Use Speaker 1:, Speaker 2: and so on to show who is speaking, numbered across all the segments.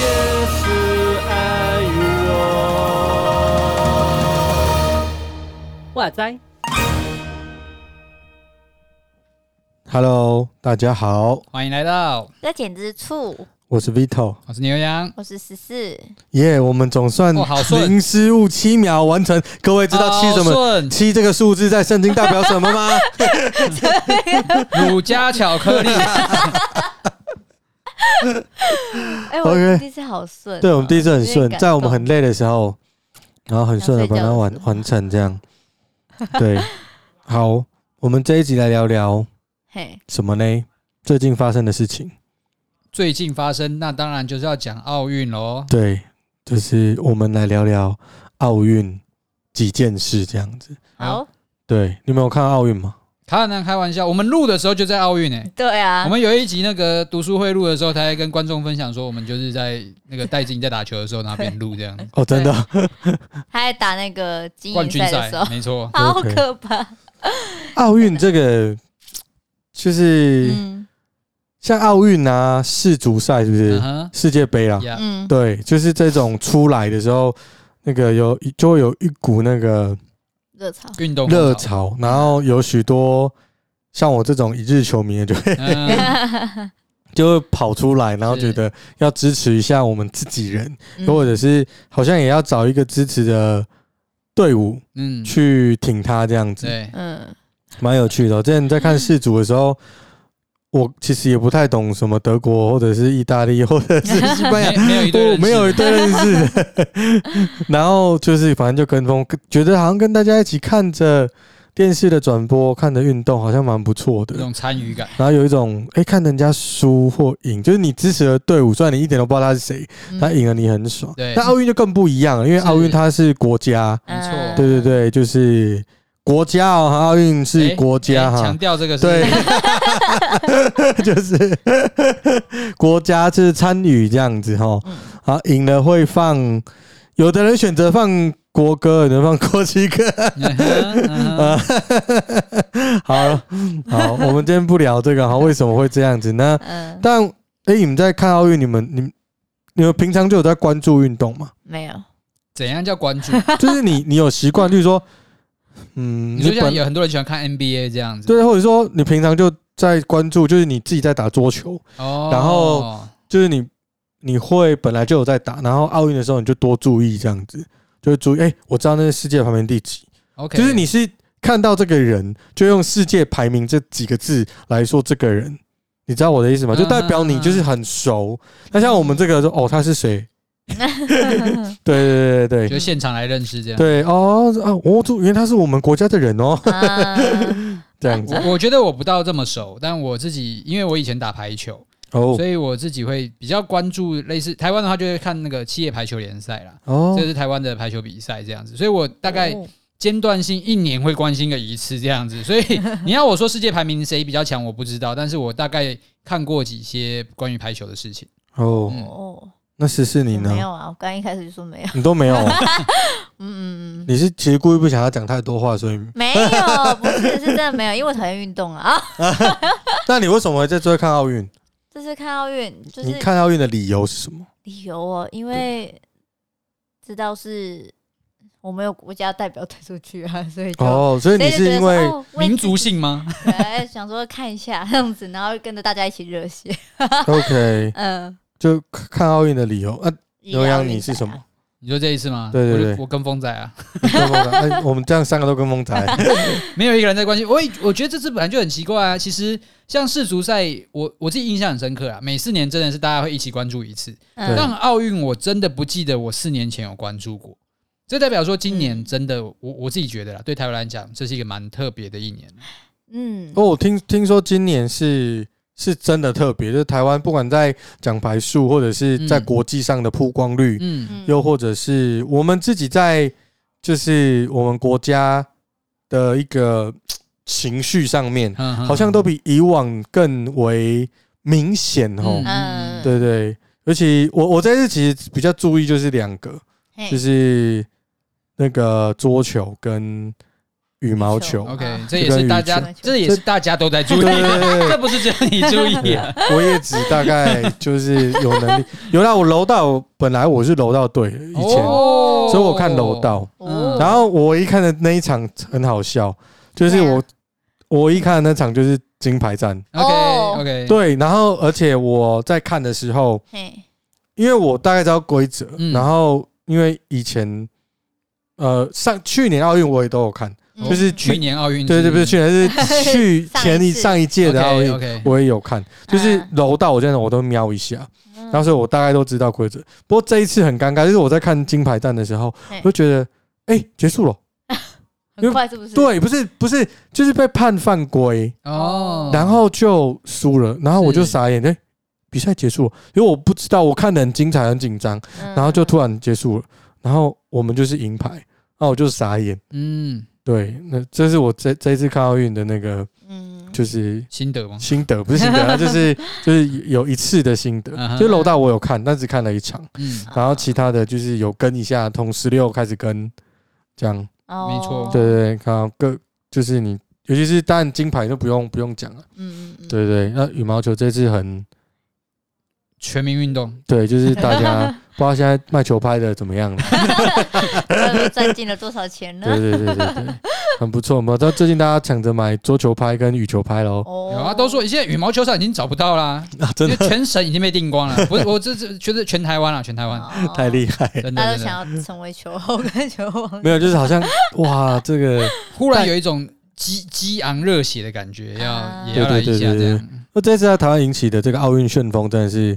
Speaker 1: 也是爱我。哇塞！
Speaker 2: Hello，大家好，
Speaker 3: 欢迎来到，
Speaker 4: 这简直醋，
Speaker 2: 我是 Vito。
Speaker 3: 我是牛羊。哦
Speaker 4: 我是十四，
Speaker 2: 耶、我们总算
Speaker 3: 哇好顺
Speaker 2: 零失误七秒完成。各位知道七什
Speaker 3: 好
Speaker 2: 么？
Speaker 3: 顺
Speaker 2: 七这个数字在圣经代表什么 吗？
Speaker 3: 乳加巧克力，
Speaker 4: 哎、我
Speaker 2: OK
Speaker 4: 第一次好顺哦、
Speaker 2: 对，我们第一次很
Speaker 4: 有
Speaker 2: 顺
Speaker 4: 点，感
Speaker 2: 在我们
Speaker 4: 动
Speaker 2: 很累的时候，然后很顺的把它完
Speaker 4: 想睡觉的时候
Speaker 2: 完成这样。对，好，我们这一集来聊聊
Speaker 4: 嘿，
Speaker 2: 什么呢？最近发生的事情。
Speaker 3: 最近发生，那当然就是要讲奥运喽。
Speaker 2: 对，就是我们来聊聊奥运几件事这样子。
Speaker 4: 好，
Speaker 2: 对，你们有看奥运吗？
Speaker 3: 他能开玩笑，我们录的时候就在奥运诶。
Speaker 4: 对啊
Speaker 3: 我，们有一集那个读书会录的时候，他还跟观众分享说，我们就是在那个戴金在打球的时候，然后边录这 样。
Speaker 2: 哦，真的，
Speaker 4: 他在打那个精
Speaker 3: 冠
Speaker 4: 英
Speaker 3: 军
Speaker 4: 赛的
Speaker 3: 赛
Speaker 4: 时候，
Speaker 3: 没错，
Speaker 4: 好
Speaker 2: OK
Speaker 4: 可怕。
Speaker 2: 奥运这个就是。
Speaker 4: 嗯
Speaker 2: 像奥运啊、世足赛是不是、
Speaker 3: 嗯哼
Speaker 2: 世界杯啦？
Speaker 3: 呀，
Speaker 4: 嗯，
Speaker 2: 对，就是这种出来的时候，那个有就会有一股那个
Speaker 4: 热潮，
Speaker 3: 运动
Speaker 2: 热，潮，然后有许多像我这种一日球迷的就会
Speaker 3: 嗯
Speaker 2: 就会跑出来，然后觉得要支持一下我们自己人，
Speaker 3: 嗯
Speaker 2: 或者是好像也要找一个支持的队伍
Speaker 3: 嗯，
Speaker 2: 去挺他这样子。
Speaker 3: 对，
Speaker 4: 嗯
Speaker 2: 蛮有趣的哦、之前在看世足的时候，我其实也不太懂什么德国或者是意大利或者是西 班牙
Speaker 3: 没，没有一堆
Speaker 2: 我
Speaker 3: 人
Speaker 2: 哎哦没有一
Speaker 3: 是
Speaker 2: 堆认识 的。然后就是反正就跟风，觉得好像跟大家一起看着电视的转播，看着运动，好像蛮不错
Speaker 3: 那
Speaker 2: 的。
Speaker 3: 种参与感，
Speaker 2: 然后有一种哎、诶看人家输或赢，就是你支持的队伍，虽然你一点都不知道他是谁，
Speaker 4: 嗯，
Speaker 2: 他赢了你很爽。
Speaker 3: 对
Speaker 2: 那奥运就更不一样了，因为
Speaker 3: 是
Speaker 2: 奥运它是国家，
Speaker 3: 没错
Speaker 4: 嗯
Speaker 2: 对对，对，就是国家哦，奥运是
Speaker 3: 诶
Speaker 2: 国
Speaker 3: 诶
Speaker 2: 家哈。
Speaker 3: 哎强调这个是
Speaker 2: 对， 就是国家就是参与这样子哈。
Speaker 4: 嗯
Speaker 2: 好，赢了会放，有的人选择放国歌，有的人放国旗歌。
Speaker 3: 嗯哼嗯哼
Speaker 2: 啊 好了，好，我们今天不聊这个哈，为什么会这样子呢？
Speaker 4: 嗯，
Speaker 2: 但哎、你们在看奥运，你们你们你们平常就有在关注运动 吗？
Speaker 4: 没有，
Speaker 3: 怎样叫关注？
Speaker 2: 就是你你有习惯，就是说，嗯，
Speaker 3: 你说像
Speaker 2: 本
Speaker 3: 有很多人喜欢看 NBA 这样子，
Speaker 2: 对，或者说你平常就在关注，就是你自己在打桌球，
Speaker 3: 哦，
Speaker 2: 然后就是你你会本来就有在打，然后奥运的时候你就多注意这样子，就会注意。哎、我知道那是世界排名第几，
Speaker 3: OK，
Speaker 2: 就是你是看到这个人，就用世界排名这几个字来说这个人，你知道我的意思吗？
Speaker 3: 嗯
Speaker 2: 就代表你就是很熟。那像我们这个说，哦，他是谁？对对对对
Speaker 3: 就
Speaker 2: 对。
Speaker 3: 现场来认识这样。
Speaker 2: 对哦啊，我、哦、原来他是我们国家的人哦，
Speaker 4: 啊，
Speaker 2: 这样子
Speaker 3: 我我觉得我不到这么熟，但我自己因为我以前打排球，
Speaker 2: 哦
Speaker 3: 所以 我自己会比较关注类似台湾的话，就会看那个企业排球联赛啦，
Speaker 2: 哦
Speaker 3: 这是台湾的排球比赛这样子，所以我大概
Speaker 4: 哦
Speaker 3: 间断性一年会关心个一次这样子，所 以你要我说世界排名谁比较强，我不知道，但是我大概看过几些关于排球的事情。
Speaker 2: 哦，
Speaker 3: 嗯，
Speaker 4: 哦，
Speaker 2: 那十四你
Speaker 4: 我
Speaker 2: 呢
Speaker 4: 没？有啊，我刚一开始就说没有，
Speaker 2: 你都没有，哦
Speaker 4: 嗯嗯嗯。
Speaker 2: 你是其实故意不想要讲太多话，所以
Speaker 4: 没有，不是，是真的没有，因为我讨厌运动啊。啊，
Speaker 2: 那你为什么会在这看奥运？
Speaker 4: 这次看奥运，就是
Speaker 2: 你看奥运的理由是什么？
Speaker 4: 理由哦，因为知道是我们有国家代表退出去啊，所以就。
Speaker 2: 哦，所以
Speaker 4: 所
Speaker 2: 你
Speaker 4: 以
Speaker 2: 是因
Speaker 4: 哦为
Speaker 2: 为
Speaker 3: 民族， 性吗？
Speaker 4: 哦为自己对想说看一下这样子，然后跟着大家一起 热血。
Speaker 2: 哦 OK
Speaker 4: 嗯，
Speaker 2: 就看奥运的理由啊？刘洋，你是什么？
Speaker 3: 你说这一次吗？
Speaker 2: 对对
Speaker 3: 我就
Speaker 2: 对
Speaker 3: 我跟风仔啊，
Speaker 2: 跟风仔哎，我们这样三个都跟风仔。
Speaker 3: 没有一个人在关心。我也我觉得这次本来就很奇怪啊。其实像世足赛，我我自己印象很深刻啊。每四年真的是大家会一起关注一次，
Speaker 4: 嗯？
Speaker 2: 对
Speaker 4: 嗯，
Speaker 3: 但奥运我真的不记得我四年前有关注过。这代表说今年
Speaker 4: 嗯
Speaker 3: 真的，我我自己觉得啦，对台湾来讲，这是一个蛮特别的一年。
Speaker 4: 嗯，
Speaker 2: 哦，我听听说今年是是真的特别，就是台湾不管在奖牌数，或者是在
Speaker 3: 嗯
Speaker 2: 国际上的曝光率，
Speaker 3: 嗯，
Speaker 2: 又或者是我们自己在就是我们国家的一个情绪上面，好
Speaker 3: 好
Speaker 2: 像都比以往更为明显哦。
Speaker 4: 嗯
Speaker 2: 对对，尤其我我这次其实比较注意就是两个，
Speaker 4: 嘿
Speaker 2: 就是那个桌球跟羽毛球。
Speaker 3: OK，这也是大家
Speaker 4: 这个语，气
Speaker 3: 这也是大家都在注
Speaker 2: 对
Speaker 3: 意，
Speaker 2: 对对对
Speaker 3: 这不是只有你注意 啊。
Speaker 2: 我也只大概就是有能力，有啦，我柔道本来我是柔道队的以前，
Speaker 3: 哦
Speaker 2: 所以我看柔，道，
Speaker 4: 哦
Speaker 2: 嗯然后我一看的那一场很好笑，就是
Speaker 4: 对啊
Speaker 2: 我我一看的那场就是金牌战，
Speaker 3: OK OK，，
Speaker 2: 对，然后而且我在看的时候，
Speaker 4: 嘿，
Speaker 2: 因为我大概知道规则，
Speaker 3: 嗯
Speaker 2: 然后因为以前呃上去年奥运我也都有看，
Speaker 4: 嗯
Speaker 2: 就是
Speaker 3: 去年奥运
Speaker 2: 对对不是去年是 去
Speaker 4: 上一
Speaker 2: 前一
Speaker 4: 次
Speaker 2: 上一届的奥运
Speaker 3: OK，
Speaker 2: 我也有看，就是
Speaker 4: 嗯
Speaker 2: 柔道我这种我都瞄一下，
Speaker 4: 嗯
Speaker 2: 然后所以我大概都知道规则。不过这一次很尴尬，就是我在看金牌战的时候，
Speaker 4: 嘿
Speaker 2: 我就觉得哎、结束了，
Speaker 4: 很快是不是？，
Speaker 2: 对，不是不是，就是被判犯规。
Speaker 4: 嗯
Speaker 3: 哦，
Speaker 2: 然后就输了，然后我就是傻眼，哎、比赛结束了，因为我不知道，我看得很精彩，很紧张，
Speaker 4: 嗯
Speaker 2: 然后就突然结束了，然后我们就是银牌，然后我就傻眼。
Speaker 3: 嗯，
Speaker 2: 对，那这是我这这一次看奥运的那个
Speaker 4: 嗯，
Speaker 2: 就是
Speaker 3: 心得吗？
Speaker 2: 心得，不是心得 啊，就是就是有一次的心得
Speaker 3: 嗯，哼
Speaker 2: 就楼道我有看，但只看了一场，
Speaker 3: 嗯，
Speaker 2: 然后其他的就是有跟一下，从十六开始跟，这样，
Speaker 4: 哦
Speaker 3: 没错
Speaker 2: 对，对对，看到各就是你，尤其是当然金牌就不用不用讲了。啊
Speaker 4: 嗯嗯嗯，
Speaker 2: 对对，那羽毛球这次很
Speaker 3: 全民运动，
Speaker 2: 对，就是 大家不知道现在卖球拍的怎么样了。
Speaker 4: 对，赚进了多少钱
Speaker 2: 对
Speaker 4: 呢？
Speaker 2: 对对对对，很不错嘛。到最近大家抢着买桌球拍跟羽球拍喽。
Speaker 4: 哦啊
Speaker 3: 有啊，都说现在羽毛球场已经找不到 啦，因为全省已经被订光了。不是，我这这觉得全台湾啦，全台湾，
Speaker 4: 哦
Speaker 2: 害了。
Speaker 3: 真
Speaker 4: 大家
Speaker 3: 的
Speaker 4: 都
Speaker 3: 真的，
Speaker 4: 想要成为球后跟球王，
Speaker 2: 没有，就是好像哇，这个
Speaker 3: 忽然有一种激激昂热血的感觉，要
Speaker 4: 啊
Speaker 3: 也要来一下这样。
Speaker 2: 那这次在台湾引起的这个奥运旋风真的是，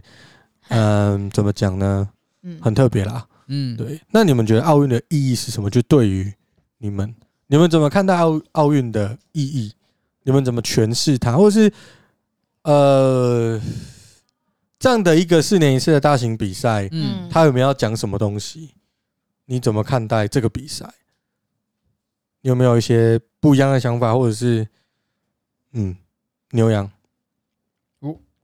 Speaker 2: 嗯，怎么讲呢？
Speaker 4: 嗯，
Speaker 2: 很特别啦。
Speaker 3: 嗯，
Speaker 2: 对，那你们觉得奥运的意义是什么？就对于你们，你们怎么看待奥奥运的意义？你们怎么诠释它，或是呃这样的一个四年一次的大型比赛，
Speaker 3: 嗯，
Speaker 2: 它有没有要讲什么东西？你怎么看待这个比赛？你有没有一些不一样的想法，或者是嗯，牛羊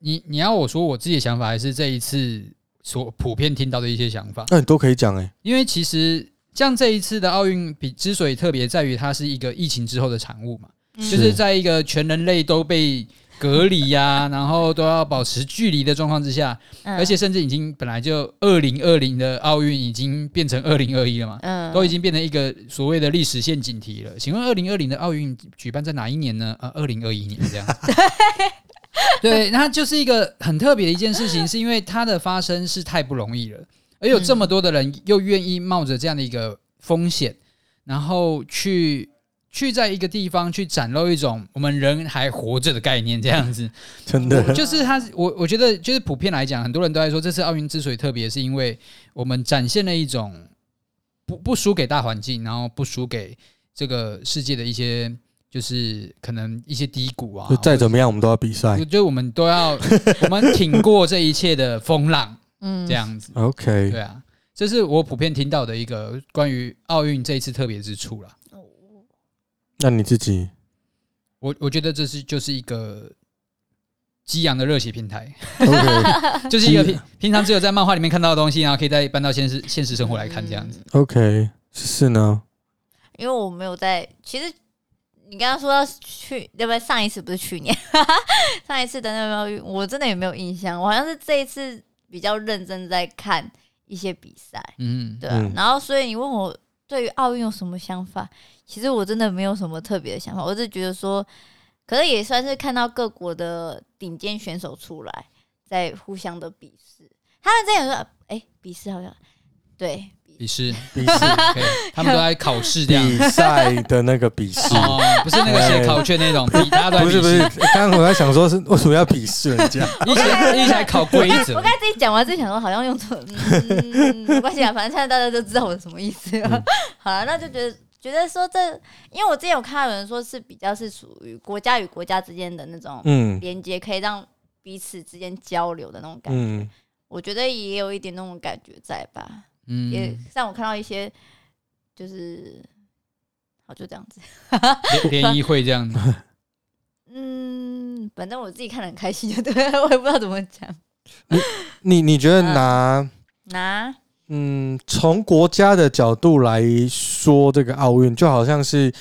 Speaker 3: 你你要我说我自己的想法，还是这一次所普遍听到的一些想法？
Speaker 2: 那、你都可以讲哎、欸
Speaker 3: 因为其实像这一次的奥运比之所以特别，在于它是一个疫情之后的产物嘛，
Speaker 4: 嗯
Speaker 3: 就是是在一个全人类都被隔离呀、 然后都要保持距离的状况之下，
Speaker 4: 嗯
Speaker 3: 而且甚至已经本来就二零二零的奥运已经变成二零二一了嘛，
Speaker 4: 嗯
Speaker 3: 都已经变成一个所谓的历史陷阱题了。请问二零二零的奥运举办在哪一年呢？呃，二零二一年这样子。对，那它就是一个很特别的一件事情，是因为它的发生是太不容易了，而有这么多的人又愿意冒着这样的一个风险，然后去去在一个地方去展露一种我们人还活着的概念，这样子。
Speaker 2: 真的
Speaker 4: 我
Speaker 3: 就是他，我我觉得就是普遍来讲，很多人都在说这次奥运之所以特别，是因为我们展现了一种不不输给大环境，然后不输给这个世界的一些，就是可能一些低谷啊
Speaker 2: 就。再怎么样，我们都要比赛
Speaker 3: 我。觉得我们都要，我们挺过这一切的风浪，
Speaker 4: 嗯
Speaker 3: 这样子。
Speaker 2: OK，
Speaker 3: 对啊，这是我普遍听到的一个关于奥运这一次特别之处啦。
Speaker 2: 那你自己
Speaker 3: 我我觉得这是就是一个激昂的热血平台。
Speaker 2: OK
Speaker 3: 就是一个平平常只有在漫画里面看到的东西，然后可以再搬到现实现实生活来看这样子。。
Speaker 2: OK 是呢？
Speaker 4: 嗯因为我没有在，其实你刚刚说到去，对不对？上一次不是去年， 上一次的那个奥运，我真的也没有印象，我好像是这一次比较认真在看一些比赛，
Speaker 3: 嗯，
Speaker 4: 对啊、
Speaker 2: 嗯
Speaker 4: 然后所以你问我对于奥运有什么想法，其实我真的没有什么特别的想法，我只是觉得说，可是也算是看到各国的顶尖选手出来在互相的比试，他们之前有说，哎、比试好像对。
Speaker 3: 笔试，
Speaker 2: 比赛。
Speaker 3: OK，他们都在考试这样。
Speaker 2: 比赛的那个笔试。
Speaker 3: 哦，不是那个写考卷那种，比大家都在
Speaker 2: 不
Speaker 3: 笔
Speaker 2: 是
Speaker 3: 试
Speaker 2: 不是，刚刚我在想说是为什么要鄙视人 家？
Speaker 3: 一起来一起来考规则
Speaker 4: 我。 刚才自己讲完，自己想说好像用错， 嗯，没关系啊，反正现在大家都知道我什么意思了。
Speaker 2: 嗯
Speaker 4: 好了，那就觉得觉得说这，因为我之前有看到有人说是比较是属于国家与国家之间的那种
Speaker 2: 嗯
Speaker 4: 连接，可以让彼此之间交流的那种感觉。
Speaker 2: 嗯，
Speaker 4: 我觉得也有一点那种感觉在吧，也
Speaker 3: 嗯，
Speaker 4: 让我看到一些就是，好就这样子。
Speaker 3: 联联谊会这样子。
Speaker 4: 嗯，反正我自己看得很开 心，就对了，我也不知道怎么讲。
Speaker 2: 你你觉得拿
Speaker 4: 拿
Speaker 2: 嗯，从国家的角度来说，这个奥运就好像是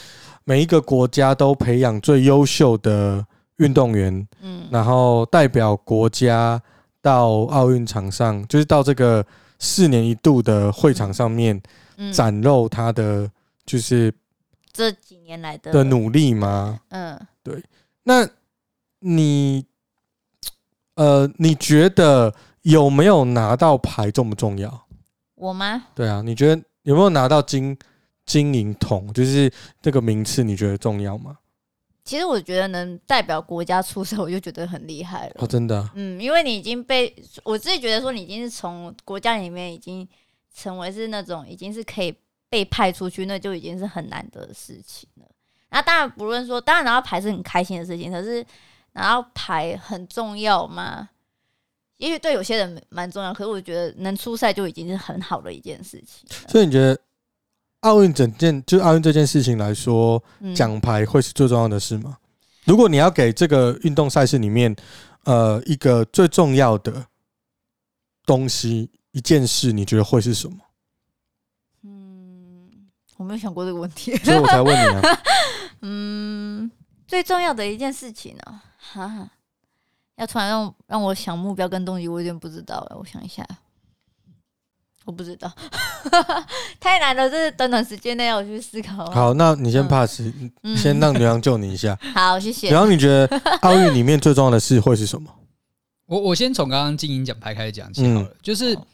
Speaker 2: 每一个国家都培养最优秀的运动员，
Speaker 4: 嗯，
Speaker 2: 然后代表国家到奥运场上，就是到这个四年一度的会场上面
Speaker 4: 嗯
Speaker 2: 展露他的就是
Speaker 4: 这几年来的
Speaker 2: 的努力吗？
Speaker 4: 嗯，
Speaker 2: 那你呃，你觉得有没有拿到牌重不重要？
Speaker 4: 我吗？
Speaker 2: 对啊，你觉得有没有拿到金金银铜？就是这个名次，你觉得重要吗？
Speaker 4: 其实我觉得能代表国家出 手，我就觉得很厉害了
Speaker 2: 哦，。真的啊、
Speaker 4: 嗯，因为你已经被我自己觉得说，你已经是从国家里面已经成为是那种已经是可以被派出去，那就已经是很难得的事情了。那当然不论说，当然拿到牌是很开心的事情，可是拿到牌很重要吗？也许对有些人蛮重要，可是我觉得能出赛就已经是很好的一件事情了。
Speaker 2: 所以你觉得奥运整件，就奥运这件事情来说，
Speaker 4: 嗯，
Speaker 2: 奖牌会是最重要的事吗？如果你要给这个运动赛事里面，呃，一个最重要的东西，一件事，你觉得会是 什么？
Speaker 4: 嗯，我没有想过这个问题。
Speaker 2: 所以我才问你 啊。
Speaker 4: 嗯，最重要的一件事情呢、哈，要突然让让我想目标跟动机，我有点不知道哎，我想一下，我不知道， 太难了，这是短短时间内要我去思考。，
Speaker 2: 好，那你先
Speaker 4: 嗯
Speaker 2: pass，、
Speaker 4: 嗯
Speaker 2: 先让牛羊救你一下。
Speaker 4: 好，谢
Speaker 2: 牛
Speaker 4: 谢。
Speaker 2: 羊，你觉得奥运里面最重要的事会是什么？
Speaker 3: 我我先从刚刚金银奖牌开始讲起好
Speaker 2: 嗯
Speaker 3: 了，就是
Speaker 4: 好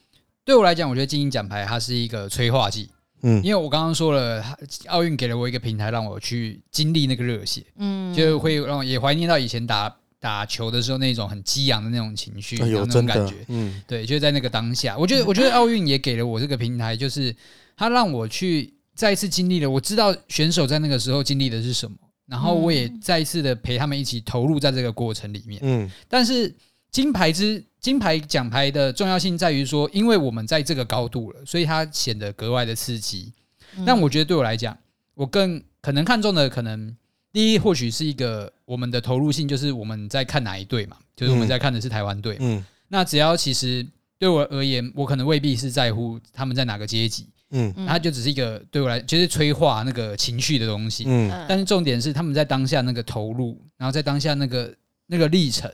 Speaker 3: 对我来讲，我觉得金银奖牌它是一个催化剂，
Speaker 2: 嗯
Speaker 3: 因为我刚刚说了，它奥运给了我一个平台，让我去经历那个热血，
Speaker 4: 嗯，
Speaker 3: 就会让我也怀念到以前打打球的时候那种很激昂的那种情绪，
Speaker 2: 哎
Speaker 3: 然
Speaker 2: 呦，
Speaker 3: 后那种
Speaker 2: 真
Speaker 3: 感
Speaker 2: 的
Speaker 3: 觉，，
Speaker 2: 嗯
Speaker 3: 对，就是在那个当下，我觉得
Speaker 4: 嗯
Speaker 3: 我觉得哦奥运也给了我这个平台，就是它让我去再一次经历了，我知道选手在那个时候经历的是什么，然后我也
Speaker 4: 嗯
Speaker 3: 再一次的陪他们一起投入在这个过程里面。
Speaker 2: 嗯
Speaker 3: 但是金牌之金牌奖牌的重要性在于说，因为我们在这个高度了，所以它显得格外的刺激。
Speaker 4: 嗯
Speaker 3: 但我觉得对我来讲，我更可能看重的可能。第一，或许是一个我们的投入性，就是我们在看哪一队嘛，就是我们
Speaker 2: 嗯
Speaker 3: 在看的是台湾队嘛
Speaker 2: 嗯
Speaker 3: 那只要其实对我而言，我可能未必是在乎他们在哪个阶级，
Speaker 2: 嗯
Speaker 4: 嗯
Speaker 3: 它就只是一个对我来就是催化那个情绪的东西。
Speaker 2: 嗯，
Speaker 4: 嗯
Speaker 3: 但是重点是他们在当下那个投入，然后在当下那个那个历程，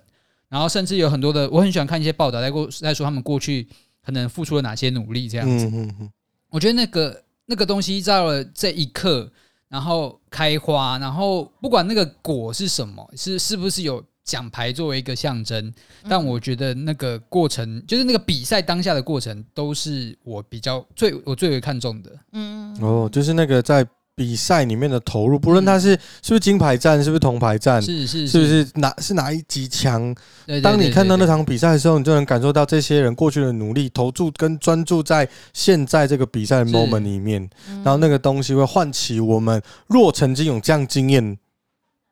Speaker 3: 然后甚至有很多的，我很喜欢看一些报道，在过在说他们过去可能付出了哪些努力这样子。
Speaker 2: 嗯嗯嗯
Speaker 3: 我觉得那个那个东西到了这一刻，然后开花，然后不管那个果是什么，是是不是有奖牌作为一个象征，
Speaker 4: 嗯
Speaker 3: 但我觉得那个过程，就是那个比赛当下的过程，都是我比较最我最为看重的。
Speaker 4: 嗯
Speaker 2: 哦，就是那个在比赛里面的投入，不论
Speaker 3: 嗯
Speaker 2: 他是是不是金牌战，是不是铜牌战，
Speaker 3: 是是
Speaker 2: 嗯是不是哪是哪一级强，
Speaker 3: 对对
Speaker 2: 当你
Speaker 3: 对
Speaker 2: 看到那
Speaker 3: 对
Speaker 2: 场比赛的时候，你就能感受到这些人过去的努力、投注跟专注在现在这个比赛的
Speaker 3: 是
Speaker 2: moment 里面，
Speaker 4: 嗯
Speaker 2: 然后那个东西会唤起我们若曾经有这样经验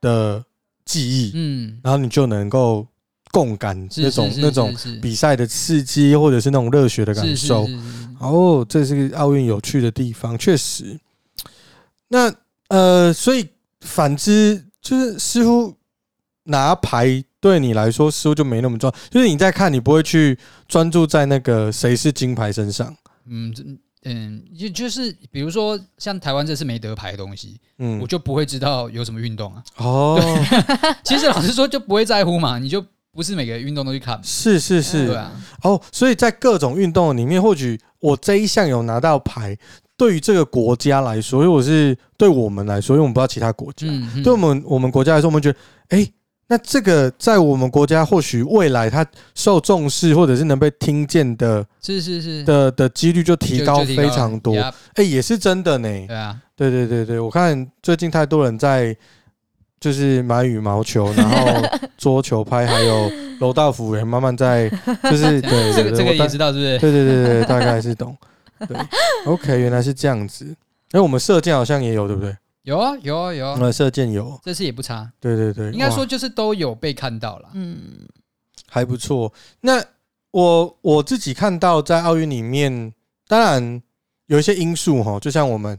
Speaker 2: 的记忆，
Speaker 3: 嗯，
Speaker 2: 然后你就能够共感
Speaker 3: 是
Speaker 2: 那种
Speaker 3: 是是
Speaker 2: 那种
Speaker 3: 是是
Speaker 2: 比赛的刺激，或者是那种热血的感
Speaker 3: 是是
Speaker 2: 受。
Speaker 3: 是是是
Speaker 2: 哦，这是个奥运有趣的地方，确实。那呃，所以反之就是似乎拿牌对你来说似乎就没那么重要，就是你在看，你不会去专注在那个谁是金牌身上。
Speaker 3: 嗯这嗯，就就是比如说像台湾这次没得牌的东西，
Speaker 2: 嗯
Speaker 3: 我，就不会知道有什么运动啊。
Speaker 2: 哦，
Speaker 3: 其实老实说，就不会在乎嘛，你就不是每个运动都去看嘛。
Speaker 2: 是是是
Speaker 3: 对，啊，
Speaker 2: 哦，所以在各种运动里面，或许我这一项有拿到牌，对于这个国家来说，因为我是对我们来说，因为我们不知道其他国家，
Speaker 3: 嗯，嗯
Speaker 2: 对我们我们国家来说，我们觉得，哎、那这个在我们国家或许未来它受重视或者是能被听见的
Speaker 3: 是是是，
Speaker 2: 的的几率就
Speaker 3: 就
Speaker 2: 提高
Speaker 3: 嗯就
Speaker 2: 非常多，
Speaker 3: Yup，
Speaker 2: 哎、也是真的呢。
Speaker 3: 对啊，
Speaker 2: 对对对对，我看最近太多人在就是买羽毛球，然后桌球拍，还有柔道服也慢慢在就 是对对
Speaker 3: 这个
Speaker 2: 对
Speaker 3: 这个
Speaker 2: 我大
Speaker 3: 也知道是不是？
Speaker 2: 对对对对，大概是懂。对，OK，原来是这样子。哎、我们射箭好像也有，对不对？
Speaker 3: 有啊有啊有啊，
Speaker 2: 呃，射箭有，
Speaker 3: 这次也不差。
Speaker 2: 对对对，
Speaker 3: 应该
Speaker 2: 哇
Speaker 3: 说就是都有被看到了。
Speaker 4: 嗯
Speaker 2: 还不错。那我我自己看到在奥运里面，当然有一些因素哈，就像我们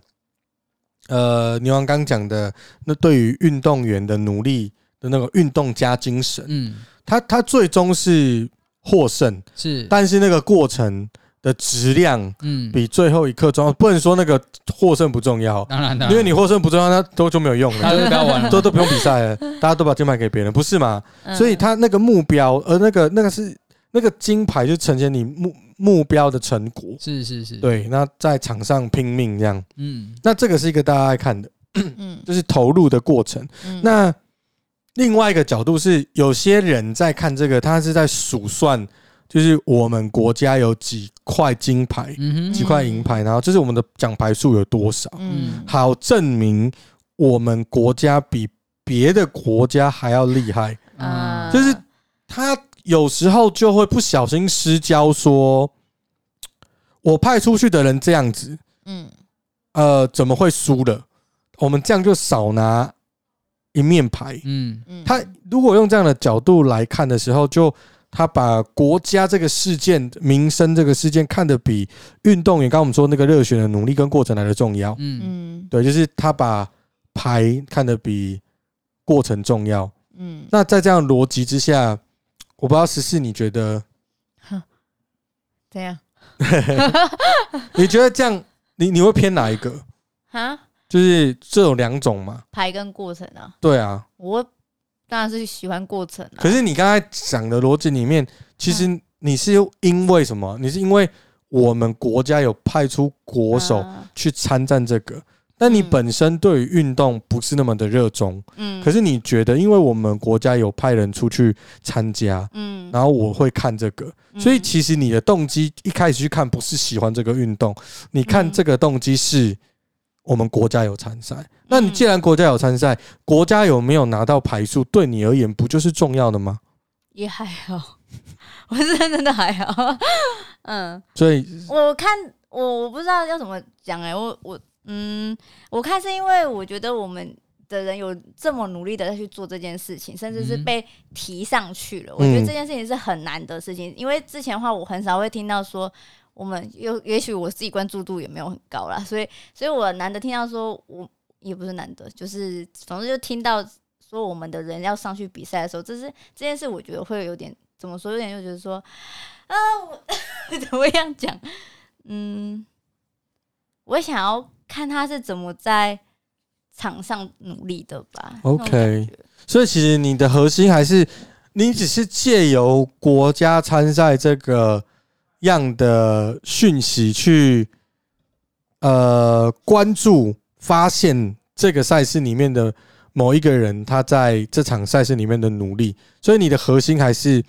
Speaker 2: 呃牛王刚讲的，那对于运动员的努力的那个运动家精神，
Speaker 3: 嗯，
Speaker 2: 他他最终是获胜，
Speaker 3: 是，
Speaker 2: 但是那个过程的质量
Speaker 3: 嗯，
Speaker 2: 比最后一刻重要。不能说那个获胜不重要，
Speaker 3: 当然的，
Speaker 2: 因为你获胜不重要，那都就没有用
Speaker 3: 大家都
Speaker 2: 了，
Speaker 3: 不要玩了，
Speaker 2: 都都不用比赛了，大家都把金牌给别人，不是嘛？
Speaker 4: 嗯
Speaker 2: 所以他那个目标，呃，那个那个是那个金牌就呈现你目目标的成果。
Speaker 3: 是是是，，
Speaker 2: 对，那在场上拼命这样，
Speaker 3: 嗯
Speaker 2: 那这个是一个大家爱看的，
Speaker 4: 嗯
Speaker 2: 就是投入的过程。
Speaker 4: 嗯
Speaker 2: 那另外一个角度是，有些人在看这个，他是在数算，就是我们国家有几块金牌、
Speaker 3: 嗯
Speaker 2: 几
Speaker 3: 哼，
Speaker 2: 块银牌，然后就是我们的奖牌数有多少，
Speaker 4: 嗯
Speaker 2: 好证明我们国家比别的国家还要厉害。
Speaker 4: 嗯
Speaker 3: 啊，
Speaker 2: 就是他有时候就会不小心失焦说我派出去的人这样子，
Speaker 4: 嗯
Speaker 2: 呃，怎么会输了？我们这样就少拿一面牌。
Speaker 3: 嗯
Speaker 4: 嗯
Speaker 2: 他如果用这样的角度来看的时候，就他把国家这个事件、民生这个事件看得比运动员刚刚我们说那个热血的努力跟过程来的重要。
Speaker 3: 嗯
Speaker 4: 嗯
Speaker 2: 对，就是他把牌看得比过程重要。
Speaker 4: 嗯，
Speaker 2: 那在这样的逻辑之下，我不知道十四，你觉得
Speaker 4: 怎样
Speaker 2: 你觉得这样，你你会偏哪一个？
Speaker 4: 啊？
Speaker 2: 就是这有两种嘛？
Speaker 4: 排跟过程啊，
Speaker 2: 对啊。
Speaker 4: 我当然是喜欢过程啊。
Speaker 2: 可是你刚才讲的逻辑里面，其
Speaker 4: 嗯
Speaker 2: 实你是因为什么？你是因为我们国家有派出国手
Speaker 4: 啊
Speaker 2: 去参战这个，但你本身对于运动不是那么的热衷，
Speaker 4: 嗯，
Speaker 2: 可是你觉得，因为我们国家有派人出去参加，
Speaker 4: 嗯，
Speaker 2: 然后我会看这个，啊所以
Speaker 4: 嗯
Speaker 2: 其实你的动机一开始去看不是喜欢这个运动，你看
Speaker 4: 嗯
Speaker 2: 这个动机是我们国家有参赛。那你
Speaker 4: 嗯
Speaker 2: 既然国家有参赛，国家有没有拿到牌数，对你而言不就是重要的吗？
Speaker 4: 也还好， 我是真的还好。嗯，
Speaker 2: 所以，
Speaker 4: 我看我我不知道要怎么讲哎、我我嗯，我看是因为我觉得我们的人有这么努力的在去做这件事情，甚至是
Speaker 3: 嗯
Speaker 4: 被提上去了。我
Speaker 2: 嗯
Speaker 4: 觉得这件事情是很难的事情，因为之前的话我很少会听到说。我们有，也许我自己关注度也没有很高啦，所以，所以我难得听到说，我也不是难得，就是反正就听到说我们的人要上去比赛的时候，这是这件事，我觉得会有点怎么说，有点就觉得说，啊，我 怎么样讲？嗯，我想要看他是怎么在场上努力的吧。那种
Speaker 2: OK
Speaker 4: 感觉
Speaker 2: 所以其实你的核心还是呃你只是借由国家参赛这个样的讯息去，呃，关注发现这个赛事里面的某一个人他在这场赛事里面的努力，所以你的核心还是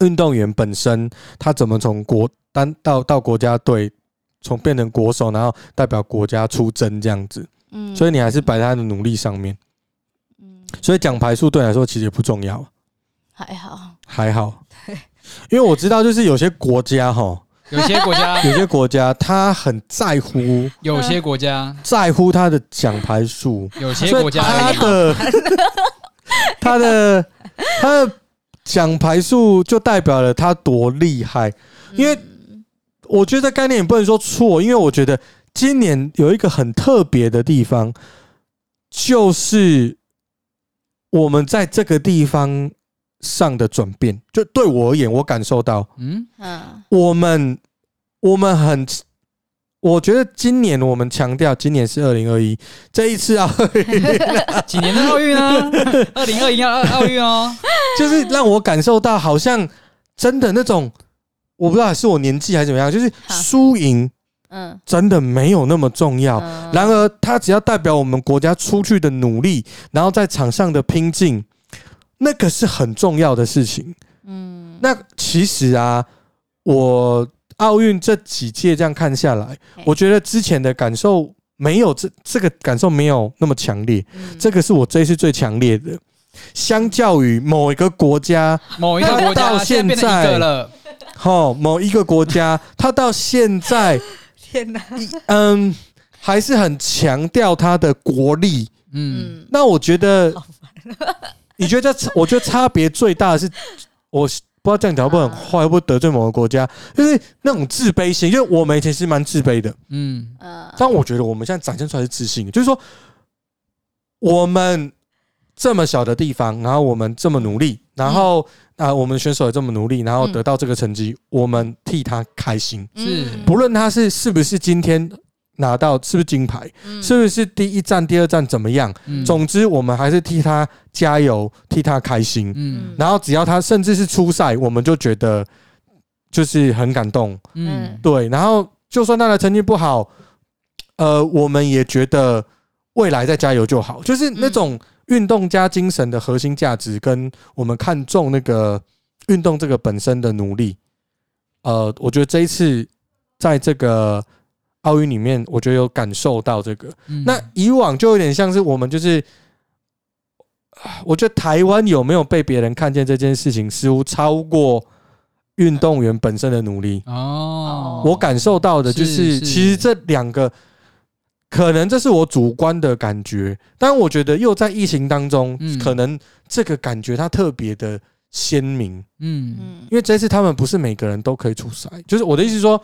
Speaker 2: 运动员本身他怎么从国单到到国家队。从变成国手，然后代表国家出征这样子，
Speaker 4: 嗯，
Speaker 2: 所以你还是摆在他的努力上面。
Speaker 4: 嗯
Speaker 2: 所以奖牌数对你来说其实也不重要，
Speaker 4: 还好，
Speaker 2: 还好。因为我知道，就是有些国家哈，
Speaker 3: 有些国 家，
Speaker 2: 有些国家他很在乎
Speaker 3: 有些国家，
Speaker 2: 在乎他的奖牌数，
Speaker 3: 有些
Speaker 2: 所
Speaker 3: 国
Speaker 2: 以
Speaker 3: 家
Speaker 2: 他
Speaker 3: 而已，
Speaker 2: 的 他的他的奖牌数就代表了他多厉害。因为
Speaker 4: 嗯
Speaker 2: 我觉得概念也不能说错，因为我觉得今年有一个很特别的地方，就是我们在这个地方上的转变。就对我而言，我感受到
Speaker 3: 嗯
Speaker 4: 嗯
Speaker 2: 我们我们很，我觉得今年我们强调，今年是二零二一，这一次啊，
Speaker 3: 几年的奥运啊，二零二一奥奥运哦，
Speaker 2: 就是让我感受到好像真的那种，我不知道是我年纪还是怎么样，就是
Speaker 4: 好
Speaker 2: 输赢
Speaker 4: 嗯，
Speaker 2: 真的没有那么重要。
Speaker 4: 嗯
Speaker 2: 然而，他只要代表我们国家出去的努力，然后在场上的拼劲，那个是很重要的事情。
Speaker 4: 嗯，
Speaker 2: 那其实啊，我奥运这几届这样看下来
Speaker 4: 嘿，
Speaker 2: 我觉得之前的感受没有这这个感受没有那么强烈，
Speaker 4: 嗯
Speaker 2: 这个是我这一次最强烈的。相较于某一个国 家，
Speaker 3: 某一个国家
Speaker 2: 他到
Speaker 3: 现在变成一
Speaker 2: 现在
Speaker 3: 个了，
Speaker 2: 哈，某一个国家，他到现在，
Speaker 4: 天哪，
Speaker 2: 嗯，还是很强调他的国力。
Speaker 3: 嗯，
Speaker 4: 嗯，
Speaker 2: 那我觉得
Speaker 4: 好，
Speaker 2: 你觉得差？我觉得差别最大的是，我是不知道这样讲会不会
Speaker 4: 啊
Speaker 2: 很坏，会不会得罪某个国家？就是那种自卑心，因为我们以前是蛮自卑的，
Speaker 3: 嗯，
Speaker 4: 嗯
Speaker 2: 但我觉得我们现在展现出来是自信的，就是说我们这么小的地方，然后我们这么努力，然后啊、我们选手也这么努力，然后
Speaker 4: 嗯
Speaker 2: 得到这个成绩，我们替他开心。
Speaker 3: 是
Speaker 4: 嗯
Speaker 2: 不论他是是不是今天拿到是不是金牌，
Speaker 4: 嗯
Speaker 2: 是不是第一站、第二站怎么样，
Speaker 3: 嗯
Speaker 2: 总之我们还是替他加油，替他开心。
Speaker 3: 嗯
Speaker 2: 然后只要他甚至是初赛，我们就觉得就是很感动。
Speaker 3: 嗯
Speaker 2: 对，然后就算他的成绩不好，呃，我们也觉得未来再加油就好，就是那种运动加精神的核心价值，跟我们看重那个运动这个本身的努力。呃，我觉得这一次在这个奥运里面，我觉得有感受到这个。
Speaker 3: 嗯
Speaker 2: 那以往就有点像是我们就是，啊我觉得台湾有没有被别人看见这件事情，似乎超过运动员本身的努力。
Speaker 3: 哦，
Speaker 2: 我感受到的就是是，
Speaker 3: 是
Speaker 2: 其实这两个可能这是我主观的感觉，但我觉得又在疫情当中，
Speaker 3: 嗯
Speaker 2: 可能这个感觉它特别的鲜明，
Speaker 3: 嗯
Speaker 4: 嗯
Speaker 2: 因为这次他们不是每个人都可以出赛，就是我的意思是说，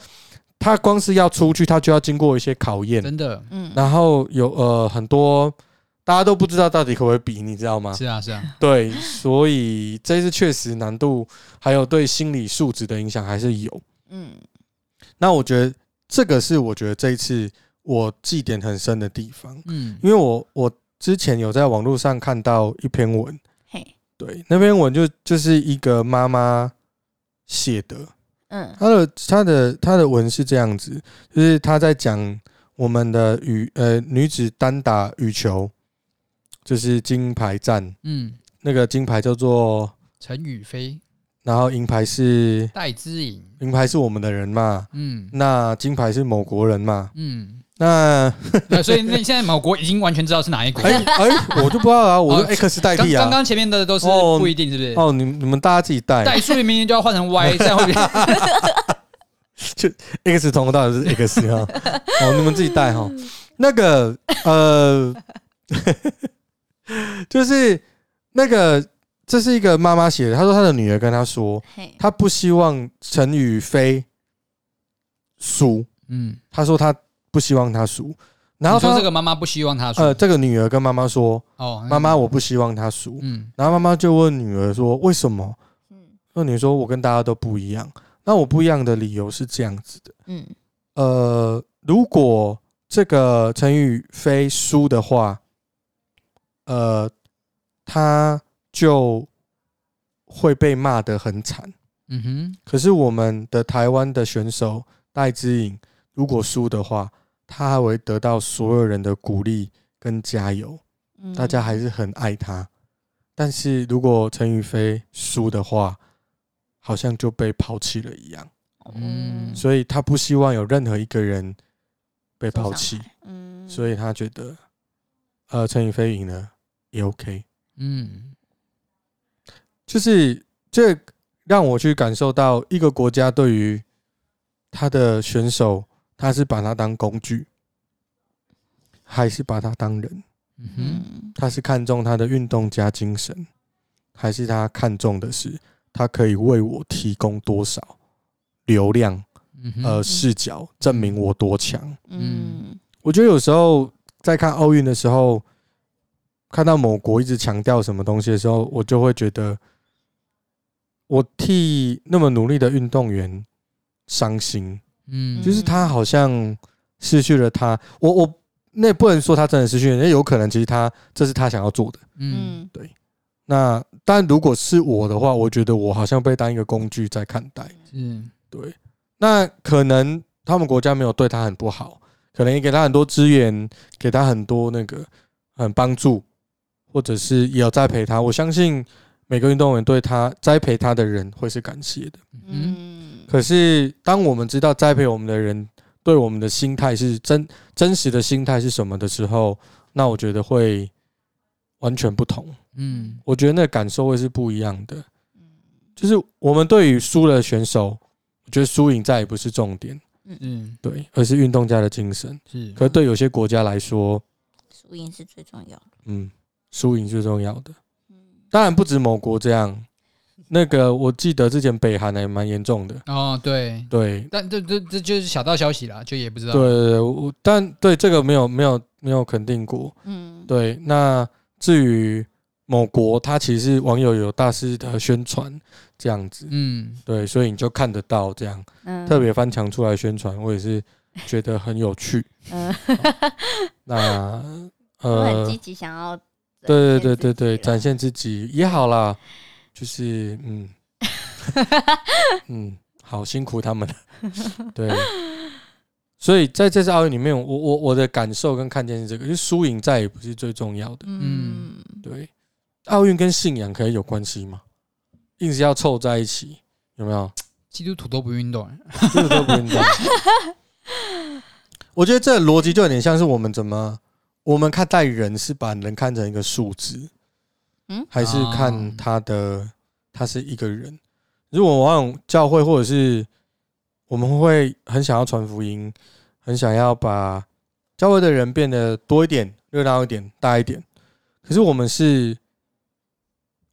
Speaker 2: 他光是要出去，他就要经过一些考验，
Speaker 3: 真的
Speaker 4: 嗯
Speaker 2: 然后有呃很多大家都不知道到底可不可以比，你知道吗？
Speaker 3: 是啊是啊，
Speaker 2: 对，所以这次确实难度还有对心理素质的影响还是有。
Speaker 4: 嗯
Speaker 2: 那我觉得这个是我觉得这一次我记点很深的地方，
Speaker 3: 嗯
Speaker 2: 因为我我之前有在网络上看到一篇文，
Speaker 4: 嘿
Speaker 2: 对，那篇文就就是一个妈妈写的，
Speaker 4: 嗯
Speaker 2: 她的她的她的文是这样子，就是她在讲我们的羽呃女子单打羽球，就是金牌战，
Speaker 3: 嗯，
Speaker 2: 那个金牌叫做，
Speaker 3: 陈宇飞
Speaker 2: 然后银牌是
Speaker 3: 戴之颖，
Speaker 2: 银牌是我们的人嘛，
Speaker 3: 嗯
Speaker 2: 那金牌是某国人嘛，
Speaker 3: 嗯，
Speaker 2: 那。
Speaker 3: 呃所以那现在某国已经完全知道是哪一国
Speaker 2: 哎。哎，我就不知道啊，我就 X 代
Speaker 3: 刚
Speaker 2: 替
Speaker 3: 哦刚
Speaker 2: 啊。
Speaker 3: 刚前面的都是
Speaker 2: 哦
Speaker 3: 不一定，是不是？
Speaker 2: 哦，哎你你们大家自己带
Speaker 3: 代数明明就要换成 Y，这样会变
Speaker 2: X 从头到底是 X 哈。哦，你们自己带哈。那个呃， 就是那个，这是一个妈妈写的，她说她的女儿跟她说，
Speaker 4: 嘿
Speaker 2: 她不希望陈宇飞输，
Speaker 3: 嗯。
Speaker 2: 她说她不希望他输。然后
Speaker 3: 你说
Speaker 2: 她
Speaker 3: 这个妈妈不希望他说
Speaker 2: 呃，这个女儿跟妈妈说，
Speaker 3: 哦，那
Speaker 2: 妈妈，我不希望他输。
Speaker 3: 嗯
Speaker 2: 然后妈妈就问女儿说，为什么？
Speaker 4: 嗯
Speaker 2: 那你说我跟大家都不一样，那我不一样的理由是这样子的。
Speaker 4: 嗯
Speaker 2: 呃，如果这个陈宇飞输的话，呃，他就会被骂得很惨。
Speaker 3: 嗯哼，
Speaker 2: 可是我们的台湾的选手戴之颖，如果输的话，他还会得到所有人的鼓励跟加油，
Speaker 4: 嗯
Speaker 2: 大家还是很爱他。但是如果陈宇飞输的话，好像就被抛弃了一样。
Speaker 3: 嗯
Speaker 2: 所以他不希望有任何一个人被
Speaker 4: 受
Speaker 2: 抛
Speaker 4: 伤
Speaker 2: 弃，
Speaker 4: 嗯
Speaker 2: 所以他觉得，呃，陈宇飞赢了也 OK，
Speaker 3: 嗯
Speaker 2: 就是这让我去感受到一个国家对于他的选手，他是把他当工具，还是把他当人？
Speaker 3: 嗯哼，
Speaker 4: 嗯
Speaker 2: 他是看重他的运动加精神，还是他看重的是他可以为我提供多少流量、
Speaker 3: 嗯哼
Speaker 2: 呃，视角，证明我多强？
Speaker 4: 嗯
Speaker 2: 我觉得有时候在看奥运的时候，看到某国一直强调什么东西的时候，我就会觉得，我替那么努力的运动员伤心，
Speaker 3: 嗯，
Speaker 2: 就是他好像失去了他，我我那也不能说他真的失去了，那有可能其实他这是他想要做的。
Speaker 3: 嗯
Speaker 4: 嗯
Speaker 2: 那但如果是我的话，我觉得我好像被当一个工具在看待。
Speaker 3: 是
Speaker 2: 对，那可能他们国家没有对他很不好，可能也给他很多资源，给他很多那个很帮助，或者是也有栽培他。我相信每个运动员对他栽培他的人会是感谢的。
Speaker 3: 嗯
Speaker 4: 嗯
Speaker 2: 可是当我们知道栽培我们的人对我们的心态是真真实的心态是什么的时候，那我觉得会完全不同。
Speaker 3: 嗯
Speaker 2: 我觉得那感受会是不一样的。就是我们对于输了选手，我觉得输赢再也不是重点。
Speaker 3: 嗯
Speaker 2: 对，而是运动家的精神。
Speaker 3: 是
Speaker 2: 可是对有些国家来说，
Speaker 4: 输赢是最重要的
Speaker 2: 嗯，输赢最重要的。
Speaker 4: 嗯
Speaker 2: 当然不止某国这样，那个我记得之前北韩还蛮严重的。
Speaker 3: 哦对，
Speaker 2: 对，
Speaker 3: 但这这这就是小道消息啦，就也不知道
Speaker 2: 对对对，我但对这个没有没有没有肯定过。
Speaker 4: 嗯
Speaker 2: 对，那至于某国，它其实是网友有大肆的宣传这样子，
Speaker 3: 嗯，
Speaker 2: 对，所以你就看得到这样
Speaker 4: 嗯，
Speaker 2: 特别翻墙出来宣传，我也是觉得很有趣。
Speaker 4: 嗯，
Speaker 2: 那
Speaker 4: 我很积
Speaker 2: 呃，
Speaker 4: 极想要展现
Speaker 2: 对对
Speaker 4: 自
Speaker 2: 对对对，
Speaker 4: 己啦啊
Speaker 2: 展现自己也好 啦，就是嗯嗯，好辛苦他们 了，对。所以在这次奥运里面，我我我的感受跟看见是这个，就是输赢再也不是最重要的。
Speaker 4: 嗯，
Speaker 2: 对，奥运跟信仰可以有关系吗？硬是要凑在一起，有没有？
Speaker 3: 基督徒都不运动，
Speaker 2: 这个都不运动。我觉得这个逻辑就有点像是我们怎么，我们看待人是把人看成一个数值，
Speaker 4: 嗯
Speaker 2: 还是
Speaker 3: 啊
Speaker 2: 看他的他是一个人。如果往往教会或者是我们会很想要传福音，很想要把教会的人变得多一点、热闹一点、大一点。可是我们是，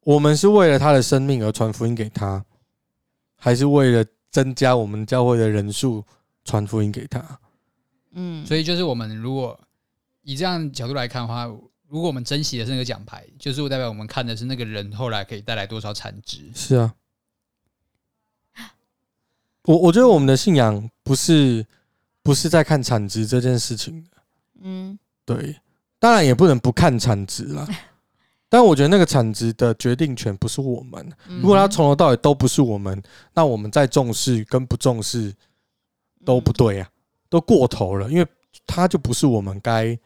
Speaker 2: 我们是为了他的生命而传福音给他，还是为了增加我们教会的人数传福音给他？
Speaker 4: 嗯，
Speaker 3: 所以就是我们如果以这样角度来看的话，如果我们珍惜的是那个奖牌，就是代表我们看的是那个人后来可以带来多少产值。
Speaker 2: 是啊，我我觉得我们的信仰不是不是在看产值这件事情，
Speaker 4: 嗯
Speaker 2: 对，当然也不能不看产值啦。 但我觉得那个产值的决定权不是我们，
Speaker 4: 嗯，
Speaker 2: 如果它从头到尾都不是我们，那我们再重视跟不重视都不对啊，都过头了，因为它就不是我们该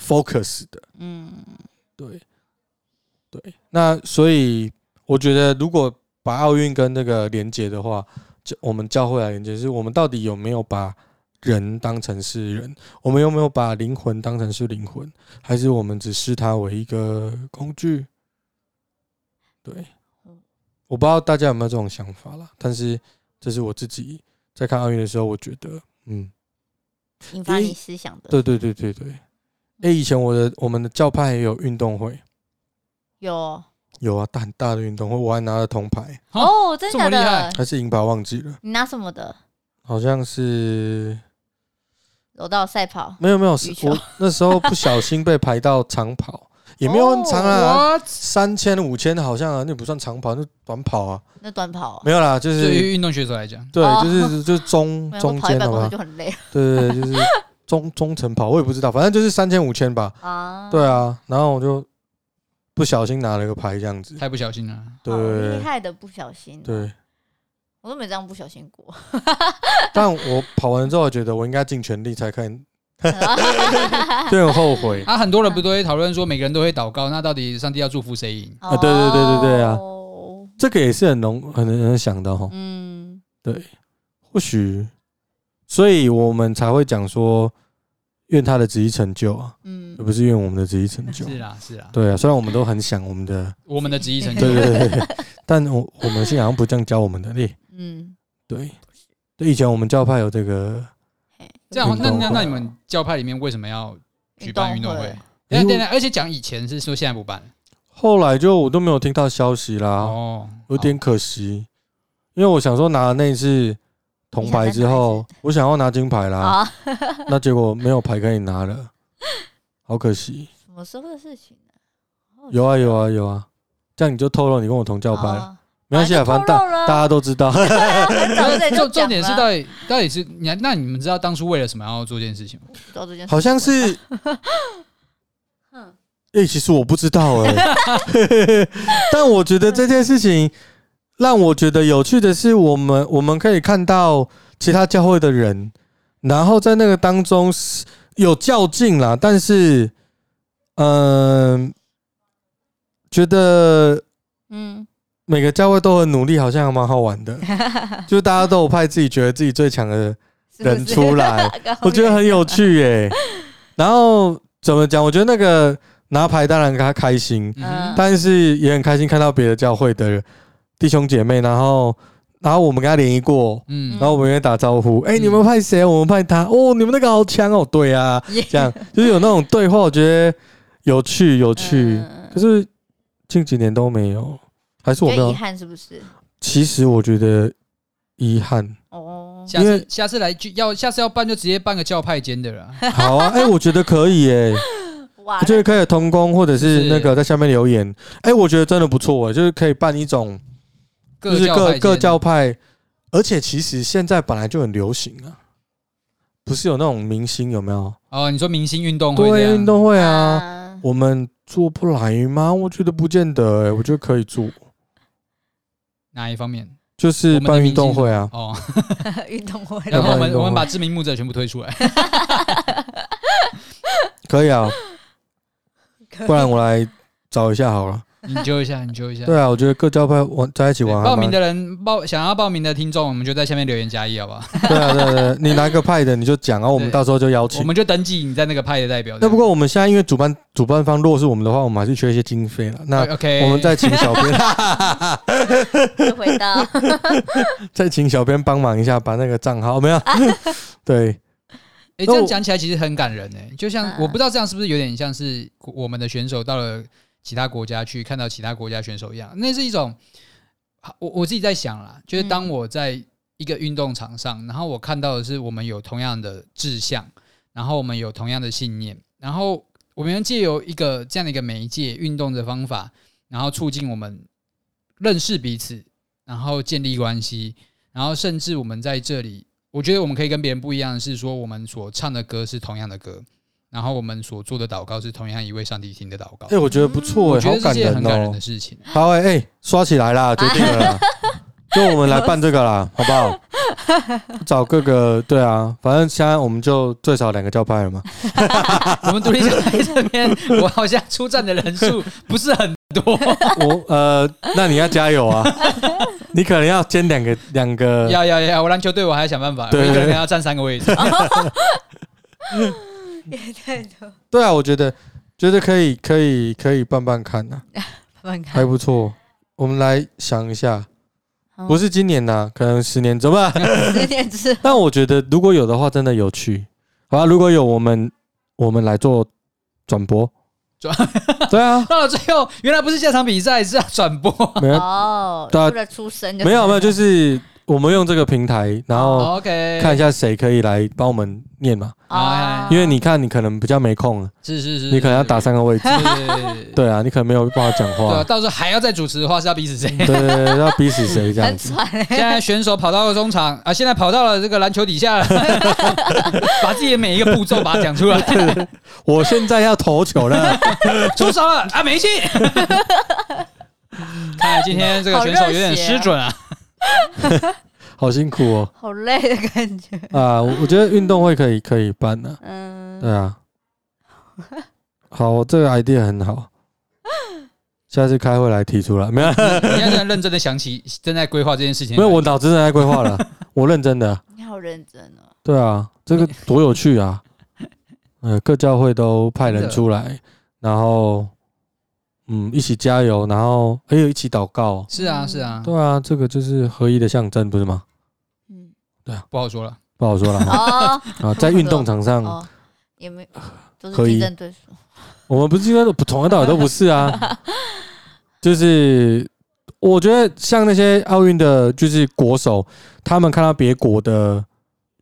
Speaker 2: focus 的。
Speaker 4: 嗯，
Speaker 2: 对，对，那所以我觉得，如果把奥运跟那个连接的话，就我们教会来连接，是我们到底有没有把人当成是人？我们有没有把灵魂当成是灵魂？还是我们只视它为一个工具？对，嗯我不知道大家有没有这种想法啦，但是这是我自己在看奥运的时候，我觉得，嗯，
Speaker 4: 引发你
Speaker 2: 一
Speaker 4: 思想的，
Speaker 2: 对对对对对。哎、以前我的我们的教派也有运动会。
Speaker 4: 有哦
Speaker 2: 有啊，大很大的运动会，我还拿了铜牌，
Speaker 3: 啊
Speaker 4: 哦，真
Speaker 3: 这么
Speaker 4: 的假
Speaker 3: 厉害
Speaker 4: 的？
Speaker 2: 还是银牌忘记了，
Speaker 4: 你拿什么的？
Speaker 2: 好像是
Speaker 4: 柔道赛跑，
Speaker 2: 没有没有，
Speaker 4: 羽
Speaker 2: 是
Speaker 4: 球
Speaker 2: 我那时候不小心被排到长跑，也没有很长
Speaker 4: 哦
Speaker 2: 啊，
Speaker 3: What？
Speaker 2: 三千五千好像啊，那不算长跑，那短跑啊，
Speaker 4: 那短跑哦，
Speaker 2: 没有啦，就
Speaker 3: 对
Speaker 2: 是
Speaker 3: 于运动选手来讲，
Speaker 2: 对
Speaker 4: 哦，
Speaker 2: 就是就是中
Speaker 4: 没有我
Speaker 2: 中
Speaker 4: 跑一
Speaker 2: 间
Speaker 4: 百
Speaker 2: 的
Speaker 4: 公
Speaker 2: 吧
Speaker 4: 尺就，很累了
Speaker 2: 对对对，就是 中中程跑，我也不知道，反正就是三千五千吧，
Speaker 4: 啊，
Speaker 2: 对，啊，然后我就不小心拿了个牌这样子，
Speaker 3: 太不小心了。
Speaker 4: 好厉
Speaker 2: 对
Speaker 4: 害的，不小心，
Speaker 2: 对，
Speaker 4: 我都没这样不小心过，
Speaker 2: 但我跑完之后觉得我应该尽全力才可 以，
Speaker 4: 啊，
Speaker 2: 就很后悔。
Speaker 3: 啊，很多人不都会讨论说，每个人都会祷告，那到底上帝要祝福谁赢？。
Speaker 2: 啊对对对对对啊
Speaker 4: 哦
Speaker 2: 这个也是很容很能想的哈。
Speaker 4: 嗯
Speaker 2: 或许，所以我们才会讲说，愿他的旨意成就啊，
Speaker 4: 嗯
Speaker 2: 而，不是愿我们的旨意成就是
Speaker 3: 啦，是啦，
Speaker 2: 对啊，虽然我们都很想我们的，
Speaker 3: 我们的旨意成就。
Speaker 2: 对对对对，但我我们信仰好像不这样教我们的嘞。
Speaker 4: 嗯，
Speaker 2: 对，对，以前我们教派有这个，
Speaker 4: 嘿
Speaker 3: 这样，那那
Speaker 2: 运动会
Speaker 3: 那你
Speaker 4: 그러니까
Speaker 3: 们教派里面为什么要举办运动会？
Speaker 2: 因
Speaker 3: 等等
Speaker 2: 为
Speaker 3: 等，而且讲以前是说现在不办
Speaker 2: 后来就我都没有听到消息啦，
Speaker 3: 哦，
Speaker 2: 有点
Speaker 3: 好
Speaker 2: 可惜，因为我想说拿了那一次铜牌之后，我想要拿金牌啦，
Speaker 4: 啊，
Speaker 2: 那结果没有牌可以拿了，好可惜。
Speaker 4: 什么时候的事情呢？好
Speaker 2: 有啊
Speaker 4: 奇
Speaker 2: 有啊有啊，这样你就透露你跟我同教
Speaker 4: 哦，
Speaker 2: 班，没关系啊，反正
Speaker 4: 就透
Speaker 2: 大
Speaker 4: 露了
Speaker 2: 大家都知 道。
Speaker 4: 아,很早就
Speaker 3: 重重点是
Speaker 4: 到
Speaker 3: 到底到底是你那你们知道当初为了什么要做这件事情吗？
Speaker 4: 到这件事，
Speaker 2: 好像是，
Speaker 4: 嗯
Speaker 2: 诶、其实我不知道 哎、但我觉得这件事情让我觉得有趣的是，我们我们可以看到其他教会的人，然后在那个当中是有较劲啦，但是，嗯、觉得
Speaker 4: 嗯，
Speaker 2: 每个教会都很努力，好像还蛮好玩 的，就是大家都有派自己觉得自己最强的
Speaker 4: 是不是
Speaker 2: 人出 来，
Speaker 4: 刚
Speaker 2: 我觉得很有趣耶、然后怎么讲？我觉得那个拿牌当然他开心，
Speaker 3: 嗯哼，
Speaker 2: 但是也很开心看到别的教会的弟兄姐妹，然后然后我们跟他联谊过，
Speaker 3: 嗯
Speaker 2: 然后我们也打招呼，哎、
Speaker 3: 嗯
Speaker 2: 你们派谁？我们派他。哦，你们那个好强哦，对啊，
Speaker 4: 예.
Speaker 2: 这样就是有那种对话，我觉得有趣有
Speaker 4: 有
Speaker 2: 趣。
Speaker 3: 嗯
Speaker 4: 음.
Speaker 2: 可是近几年都没有，还是我没
Speaker 4: 觉得遗
Speaker 2: 有。
Speaker 4: 憾是不是？
Speaker 2: 其实我觉得 遗憾，
Speaker 4: 哦，
Speaker 3: 下
Speaker 2: 因
Speaker 3: 次
Speaker 2: 为
Speaker 3: 下 次来就要下次要办就直接办个教派间的了。
Speaker 2: 好啊，哎、我觉得可以耶、
Speaker 4: 哇，
Speaker 2: 我觉得可以同工或者是
Speaker 3: 是
Speaker 2: 那个在下面留言。哎、我觉得真的不错哎，就是可以办一种，就
Speaker 3: 各
Speaker 2: 是
Speaker 3: 教派
Speaker 2: 各
Speaker 3: 间
Speaker 2: 各教派，而且其实现在本来就很流行啊，不是有那种明星有没有？
Speaker 3: 哦，你说明星运动会这
Speaker 2: 对，
Speaker 3: 样
Speaker 2: 运动会啊，
Speaker 4: 啊
Speaker 2: 我们做不来吗？我觉得不见得哎，我觉得可以做，
Speaker 3: 哪一方面？
Speaker 2: 就是办运动会啊，
Speaker 3: 哦，
Speaker 4: 运动会
Speaker 2: 要
Speaker 3: 然
Speaker 2: 不
Speaker 3: 后
Speaker 2: 然
Speaker 3: 我
Speaker 2: 运
Speaker 3: 们
Speaker 2: 动
Speaker 3: 我
Speaker 2: 会
Speaker 3: 们把知名牧者全部推出来。
Speaker 2: 可以啊，
Speaker 4: 可以
Speaker 2: 不然我来找一下好了。
Speaker 3: 你揪一下，你揪一下。
Speaker 2: 对啊，我啊觉得各教派玩在一起
Speaker 3: 对，
Speaker 2: 玩还蛮，
Speaker 3: 报名的人报想要报名的听众，我们就在下面留言加一， 好不好？
Speaker 2: 对啊，对啊对啊，你哪个派的你就讲，然后我们
Speaker 3: 对
Speaker 2: 到时候就邀
Speaker 3: 我
Speaker 2: 请。
Speaker 3: 们就登记你在那个派的代表。
Speaker 2: 那不过我们现在因为主办主办方如果是我们的话，我们还是缺一些经费了。那
Speaker 3: OK，
Speaker 2: 我们再请小编，
Speaker 4: 就回到
Speaker 2: 再请小编帮忙一下，把那个账号没有？ 对，
Speaker 3: 哎、
Speaker 2: 那
Speaker 3: 这
Speaker 2: 我
Speaker 3: 样讲起来其实很感人呢、欸就像、
Speaker 4: 啊
Speaker 3: 我不知道这样是不是有点像是我们的选手到了其他国家去看到其他国家选手一样，那是一种我我自己在想啦，就是当
Speaker 4: 嗯
Speaker 3: 我在一个运动场上，然后我看到的是我们有同样的志向，然后我们有同样的信念，然后我们借由一个这样的一个媒介运动的方法，然后促进我们认识彼此，然后建立关系，然后甚至我们在这里，我觉得我们可以跟别人不一样的是说，我们所唱的歌是同样的歌，然后我们所做的祷告是同样一位上帝听的祷告。
Speaker 2: 哎，我觉得不错
Speaker 3: 嗯我
Speaker 2: 哎，
Speaker 3: 觉
Speaker 2: 好
Speaker 3: 得这是件很感人
Speaker 2: 哦
Speaker 3: 的。事情。
Speaker 2: 好哎哎，刷起来 啦，决定了啦，就我们来办这个啦，好不好？找各个对啊，反正现在我们就最少两个教派了嘛。
Speaker 3: 我们独立小台这 边，我好像出战的人数不是很多，
Speaker 2: 我呃，那你要加油啊，你可能要兼两个两个
Speaker 3: 要要要，我篮球队我还要想办法，我
Speaker 2: 对
Speaker 3: 一个人要占三个位置。
Speaker 4: 也太多，
Speaker 2: 对啊，我觉得觉得可以，可以，可以办办看呐、
Speaker 4: 慢慢看
Speaker 2: 还，不错。我们来想一下，
Speaker 4: 好
Speaker 2: 不是今年呐、啊可能十年怎么办？
Speaker 4: 十点之后
Speaker 2: 但我觉得如果有的话，真的有趣。好、啊，如果有我们，我们来做转播。
Speaker 3: 转
Speaker 2: 对啊，
Speaker 3: 到了最后，原来不是下场比赛，是要转播。
Speaker 2: 没有
Speaker 4: 哦，
Speaker 2: 对啊
Speaker 4: 为了出生就
Speaker 2: 没有没有，就是我们用这个平台，然后
Speaker 3: OK，
Speaker 2: 哦看一下谁可以来帮我们念嘛。
Speaker 4: 아,哦
Speaker 2: 因为你看，你可能比较没空了，
Speaker 3: 是是是，
Speaker 2: 你可能要打三个位置。
Speaker 3: 是。是
Speaker 4: 嗯
Speaker 3: 是
Speaker 2: 对啊，你可能没有办法讲
Speaker 3: 对啊，
Speaker 2: 话。
Speaker 3: 到时候还要再主持的话是要逼死谁？
Speaker 2: 对对对，要逼死谁这样
Speaker 4: 很
Speaker 2: 子？
Speaker 4: 喘欸
Speaker 3: 现在选手跑到了中场啊，现在跑到了这个篮球底下了，把自己的每一个步骤把它讲出来。
Speaker 2: 我现在要投球了。
Speaker 3: 出手了啊，没戏！看来今天这个选手有点失准啊。
Speaker 2: 好辛苦哦
Speaker 4: 好累的感觉，
Speaker 2: 啊！我我觉得运动会可以可以办的、对
Speaker 4: 嗯，
Speaker 2: 啊。好，这个 idea 很好，下次开会来提出来。没有
Speaker 4: 嗯
Speaker 3: 你要认真的想起正在规划这件事情。
Speaker 2: 没有，我脑子正在规划 了，我认真的。
Speaker 4: 你好认真哦，
Speaker 2: 对啊，这个多有趣啊！呃，各教会都派人出来，然后嗯一起加油，然后还有一起祷告。
Speaker 3: 是啊是啊，
Speaker 2: 对啊，这个就是合一的象征，不是吗？
Speaker 4: 嗯，
Speaker 3: 不好说了。
Speaker 2: 不好说了 哈
Speaker 4: 哦
Speaker 2: 啊，在运动场上，
Speaker 4: 哦，也没都是
Speaker 2: 可以
Speaker 4: 竞争对手，
Speaker 2: 我们不是应该都从头到尾都不是 啊，就是我觉得像那些奥运的，就是国手，他们看到别国的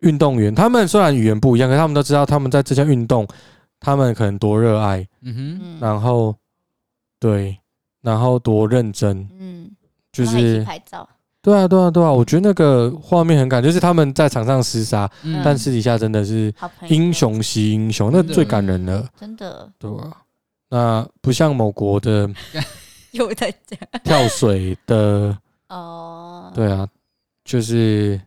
Speaker 2: 运动员，他们虽然语言不一样，可是他们都知道他们在这项运动，他们可能多热爱，
Speaker 3: 嗯
Speaker 4: 嗯
Speaker 2: 然后对，然后多认真，
Speaker 4: 嗯，
Speaker 2: 就
Speaker 4: 然后一起
Speaker 2: 是
Speaker 4: 拍照，
Speaker 2: 对啊，对啊，对啊，我觉得那个画面很感，就是他们在场上厮杀，
Speaker 3: 哼，嗯
Speaker 2: 但私底下真的是
Speaker 4: 好朋友，
Speaker 2: 英雄惜英雄，那最感人了，
Speaker 4: 真的
Speaker 2: 对吧、那不像某国的。
Speaker 4: 又在讲
Speaker 2: 跳水 的，
Speaker 4: 哦，
Speaker 2: 对啊，就是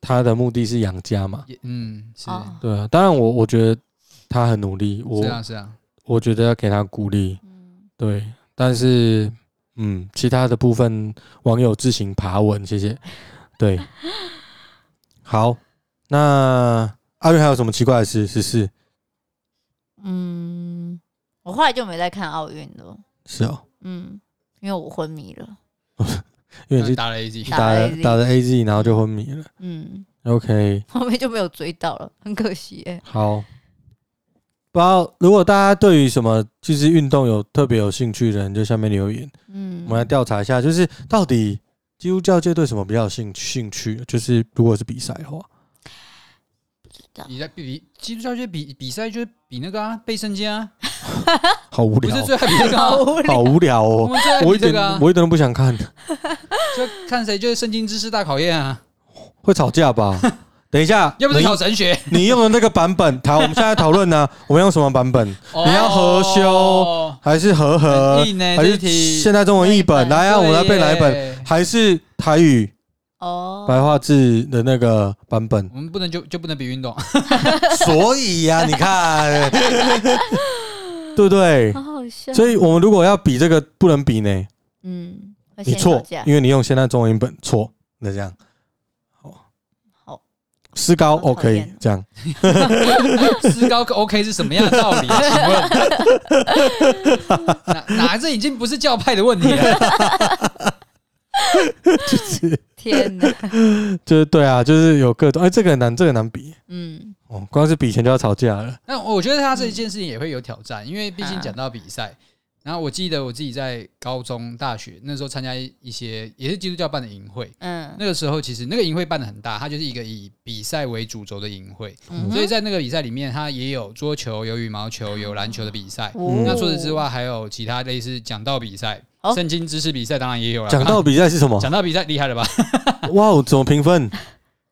Speaker 2: 他的目的是养家嘛，
Speaker 3: 也嗯是
Speaker 4: 哦，
Speaker 2: 对啊。当然我，我觉得他很努力，我、
Speaker 3: 是啊是啊，
Speaker 2: 我觉得要给他鼓励，
Speaker 4: 嗯，
Speaker 2: 对。但是，嗯，其他的部分网友自行爬文，谢谢。 对，好，那阿运还有什么奇怪的事？是是
Speaker 4: 嗯，我后来就没再看奥运了，
Speaker 2: 是哦，
Speaker 4: 嗯，因为我昏迷了，
Speaker 2: 因为你是
Speaker 3: 呃打了 A Z，
Speaker 4: 打
Speaker 2: 打了
Speaker 4: AZ
Speaker 2: 打了 AZ，然后就昏迷了。
Speaker 4: 嗯，
Speaker 2: OK，
Speaker 4: 后面就没有追到了，很可惜哎，
Speaker 2: 好，不知道如果大家对于什么就是运动有特别有兴趣的人，就下面留言，
Speaker 4: 嗯
Speaker 2: 我，们来调查一下，就是到底基督教界对什么比较有兴兴趣？就是如果是比赛的话，
Speaker 4: 道。
Speaker 3: 比赛比基督教就比比赛就是比那个啊背圣经啊，
Speaker 2: 好无
Speaker 3: 不
Speaker 2: 聊
Speaker 3: 是，最爱比这 个啊，
Speaker 2: 好无聊
Speaker 3: 我
Speaker 2: 哦。
Speaker 3: 们最爱
Speaker 2: 我
Speaker 3: 比
Speaker 2: 一
Speaker 3: 这
Speaker 2: 点
Speaker 3: 个啊，
Speaker 2: 我一点都不想看，
Speaker 3: 就看谁就是圣经知识大考验啊，
Speaker 2: 会吵 架吧？等一下，
Speaker 3: 要不就
Speaker 2: 你
Speaker 3: 考神学，
Speaker 2: 你用的那个版本，好，我们现在讨 论呢，我们用什么版本？
Speaker 3: 你
Speaker 2: 要合修还是和合
Speaker 3: 哦很硬？欸
Speaker 2: 还
Speaker 3: 这
Speaker 2: 是
Speaker 3: 题
Speaker 2: 现代中文译本？
Speaker 4: 对
Speaker 2: 来啊，我们来背哪一本？
Speaker 3: 本
Speaker 2: 还是台语
Speaker 4: 哦，
Speaker 2: 白话字的那个版本？
Speaker 3: 我们不能就就不能比运动，
Speaker 2: 所以呀、你看，对不对
Speaker 4: 好？好笑。
Speaker 2: 所以我们如果要比这个，不能比呢，
Speaker 4: 嗯，会
Speaker 2: 你
Speaker 4: 先吵
Speaker 2: 错
Speaker 4: 架，
Speaker 2: 因为你用现代中文译本错，那这样
Speaker 4: 好，
Speaker 2: 思高
Speaker 4: 好讨
Speaker 2: OK
Speaker 4: 厌
Speaker 2: 这样，
Speaker 3: 思高跟 OK 是什么样的道理？请问， 哪哪这已经不是教派的问题 了，
Speaker 4: 天哪，
Speaker 2: 就是对啊，就是有各种，哎，这个很难，这个很难比
Speaker 4: 嗯，
Speaker 2: 哦，光是比钱就要吵架 了，
Speaker 3: 那我觉得他这一件事情也会有挑战，因为毕竟讲到比赛。然后我记得我自己在高中、大学那时候参加一些也是基督教办的营会，
Speaker 4: 嗯
Speaker 3: 那个时候其实那个营会办的很大，它就是一个以比赛为主轴的营会，
Speaker 4: 嗯
Speaker 3: 所以在那个比赛里面，它也有桌球、有羽毛球、有篮球的比赛。
Speaker 4: 哦
Speaker 3: 嗯那除此之外，还有其他类似讲道比赛、
Speaker 4: 哦
Speaker 3: 圣经知识比赛，当然也有了。啊
Speaker 2: 讲到比赛是什么？
Speaker 3: 讲到比赛厉害了吧？
Speaker 2: 哇哦，怎么评分？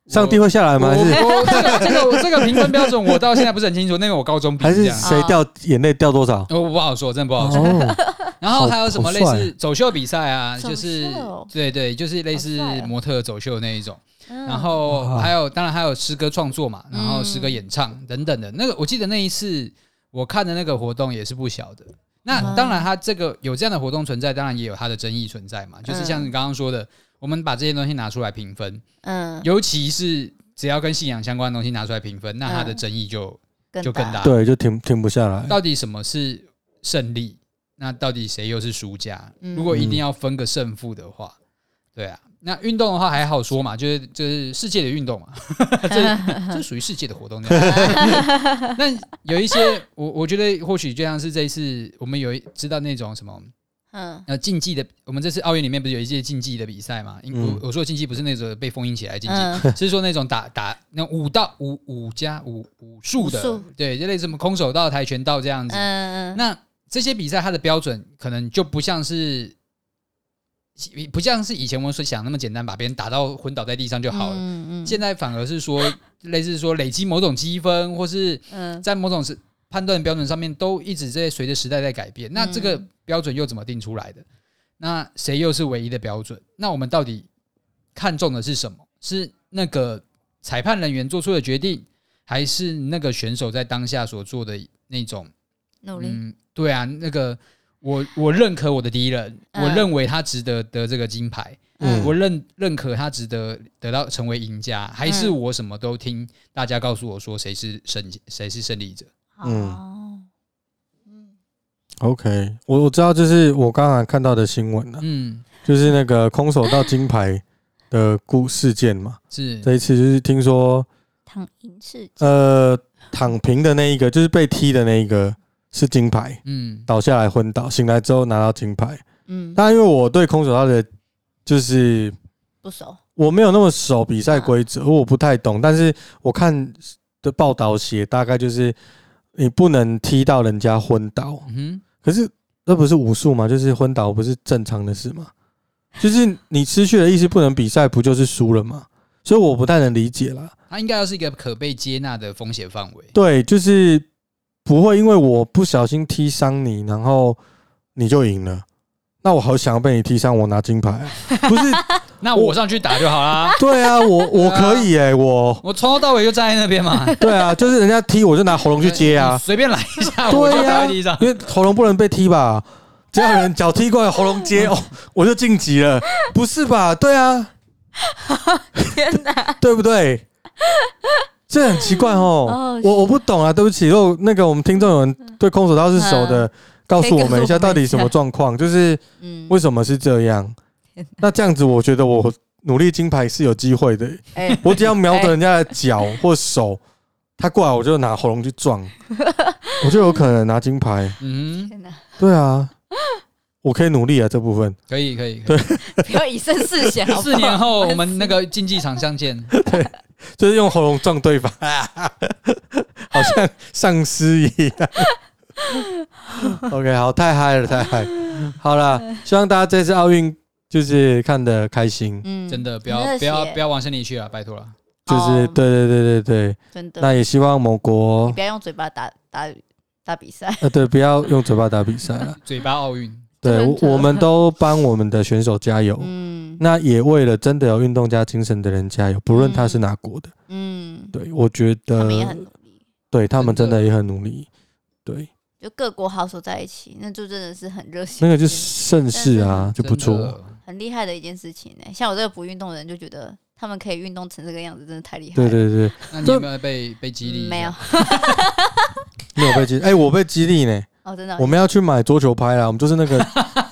Speaker 2: 上帝会下来
Speaker 3: 我
Speaker 2: 吗？还是
Speaker 3: 我哦这 个这个这个评分标准，我到现在不是很清楚，那个我高中比
Speaker 2: 还
Speaker 3: 这
Speaker 2: 是
Speaker 3: 样。
Speaker 2: 谁掉眼泪掉多少？
Speaker 3: 哦我不好说，真的不好说。
Speaker 2: 哦，
Speaker 3: 然后还有什么类
Speaker 2: 好帅
Speaker 3: 似走秀比赛啊，
Speaker 4: 走
Speaker 3: 就是
Speaker 4: 秀
Speaker 3: 对对，就是类似
Speaker 4: 好帅哦
Speaker 3: 模特走秀那一种。
Speaker 4: 嗯
Speaker 3: 然后
Speaker 2: 哇
Speaker 3: 还有，当然还有诗歌创作嘛，然后诗歌
Speaker 4: 嗯
Speaker 3: 演唱等等的。那个我记得那一次我看的那个活动也是不小的。那
Speaker 4: 嗯
Speaker 3: 当然，它这个有这样的活动存在，当然也有它的争议存在
Speaker 4: 嗯
Speaker 3: 嘛。就是像你刚刚说的，我们把这些东西拿出来评分，
Speaker 4: 嗯，
Speaker 3: 尤其是只要跟信仰相关的东西拿出来评分，那它
Speaker 4: 嗯
Speaker 3: 的争议就就更大
Speaker 2: 对，就停停不下来。
Speaker 3: 到底什么是胜利？那到底谁又是输家？
Speaker 4: 嗯
Speaker 3: 如果一定要分个胜负的话，对啊。那运动的话还好说嘛，就是就是世界的运动嘛， 这这属于世界的活动。这 样那有一些我我觉得或许就像是这一次我们有一知道那种什么
Speaker 4: 嗯
Speaker 3: 呃竞技的，我们这次奥运里面不是有一些竞技的比赛嘛？因
Speaker 2: 嗯
Speaker 3: 我我说的竞技不是那种被封印起来的竞技，
Speaker 4: 嗯，
Speaker 3: 是说那种打打那种武道武武家武武术
Speaker 4: 武
Speaker 3: 的
Speaker 4: 术，
Speaker 3: 对，就类似什么空手道、跆拳道这样子。
Speaker 4: 嗯，
Speaker 3: 那这些比赛它的标准可能就不像是，不像是以前我们所想那么简单，把别人打到昏倒在地上就好了。
Speaker 4: 嗯嗯，
Speaker 3: 现在反而是说，类似说累积某种积分，或是
Speaker 4: 嗯
Speaker 3: 在某种是判断标准上面，都一直在随着时代在改变。那这个标准又怎么定出来的？那谁又是唯一的标准？那我们到底看重的是什么？是那个裁判人员做出的决定，还是那个选手在当下所做的那种
Speaker 4: 努力，
Speaker 3: 嗯，对啊，那个我我认可我的敌人，
Speaker 4: 嗯
Speaker 3: 我认为他值得得这个金牌，
Speaker 2: 嗯
Speaker 3: 我认认可他值得得到成为赢家，还是我什么都听大家告诉我说谁是胜谁是胜利者？
Speaker 4: 嗯
Speaker 2: OK，我我知道，就是我刚才看到的新闻啊，
Speaker 3: 嗯，
Speaker 2: 就是那个空手道金牌的故事件嘛。
Speaker 3: 是
Speaker 2: 这一次就是听说，
Speaker 4: 躺赢是
Speaker 2: 呃，躺平的那一个，就是被踢的那一个是金牌，
Speaker 3: 嗯
Speaker 2: 倒下来昏倒，醒来之后拿到金牌。
Speaker 4: 嗯
Speaker 2: 但因为我对空手道的，就是
Speaker 4: 不熟，
Speaker 2: 我没有那么熟比赛规则，我不太懂，但是我看的报道写大概就是你不能踢到人家昏倒，
Speaker 3: 嗯
Speaker 2: 可是那不是武术吗？就是昏倒不是正常的事吗？就是你失去了意识不能比赛，不就是输了吗？所以我不太能理解啦。
Speaker 3: 哼，它应该要是一个可被接纳的风险范围。
Speaker 2: 对，就是不会因为我不小心踢伤你，然后你就赢了。那我好想要被你踢伤，我拿金牌啊、不是？
Speaker 3: 那我上去打就好 啦，
Speaker 2: 对啊，我我可以哎、我
Speaker 3: 我从头到尾就站在那边嘛，
Speaker 2: 对啊，就是人家踢我就拿喉咙去接
Speaker 3: 你
Speaker 2: 啊，
Speaker 3: 随便来一 下，我就
Speaker 2: 对
Speaker 3: 打
Speaker 2: 啊，
Speaker 3: 在地上。
Speaker 2: 因为喉咙不能被踢吧？只要有人脚踢过来，喉咙接
Speaker 4: 嗯
Speaker 2: 哦，我就晋级了，不是吧？对啊，
Speaker 4: 天哪，
Speaker 2: 对不对？这很奇怪哦
Speaker 4: 哦，
Speaker 2: 我我不懂啊，对不起。如果那个我们听众有人对空手道是熟的，告诉我们一下到底什么状况，就是
Speaker 4: 嗯，
Speaker 2: 为什么是这样
Speaker 4: 天？
Speaker 2: 那这样子，我觉得我努力金牌是有机会的。
Speaker 4: 哎，
Speaker 2: 我只要瞄着人家的脚或手，他过来我就拿喉咙去撞，我就有可能拿金牌。
Speaker 3: 嗯哼，
Speaker 4: 天哪，
Speaker 2: 对啊， 我可以努力啊这部分。
Speaker 3: 可以可以，可以
Speaker 2: 对
Speaker 4: 不要以身试险，
Speaker 3: 四年后我们那个竞技场相见。
Speaker 2: 就是用喉咙撞对方， 好像丧尸一样。OK，好，太嗨了，太嗨！好了，希望大家这次奥运就是看得开心，
Speaker 4: 嗯，
Speaker 3: 真的不
Speaker 4: 很
Speaker 3: 要
Speaker 4: 热
Speaker 3: 不要
Speaker 4: 血
Speaker 3: 不要往心里去了，拜托了。
Speaker 2: 就是
Speaker 4: 哦
Speaker 2: 对对对对对。
Speaker 4: 真的，
Speaker 2: 那也希望某国
Speaker 4: 你不要用嘴巴打打打比赛，
Speaker 2: 呃，对，不要用嘴巴打比赛了。
Speaker 3: 嘴巴奥运，
Speaker 2: 对，
Speaker 4: 真的
Speaker 2: 我我们都帮我们的选手加油，
Speaker 4: 嗯
Speaker 2: 那也为了真的有运动家精神的人加油，不论他是哪国的。
Speaker 4: 嗯，
Speaker 2: 对，我觉
Speaker 4: 他
Speaker 2: 得
Speaker 4: 们也很努力，
Speaker 2: 对他们真
Speaker 3: 真的
Speaker 2: 的也很努力。对，
Speaker 4: 就各国好手在一起，那就真的是很热血，
Speaker 2: 那个就是盛世啊，就不
Speaker 3: 真
Speaker 2: 错。
Speaker 3: 的。
Speaker 4: 很厉害的一件事情呢、像我这个不运动的人，就觉得他们可以运动成这个样子，真的太厉害
Speaker 2: 对
Speaker 4: 了。
Speaker 2: 对对，
Speaker 3: 那你有没有被被激励？
Speaker 4: 嗯没有，
Speaker 2: 你有被激？哎，我被激励呢。
Speaker 4: 哦，真的哦，
Speaker 2: 我们要去买桌球拍啦，我们就是 那个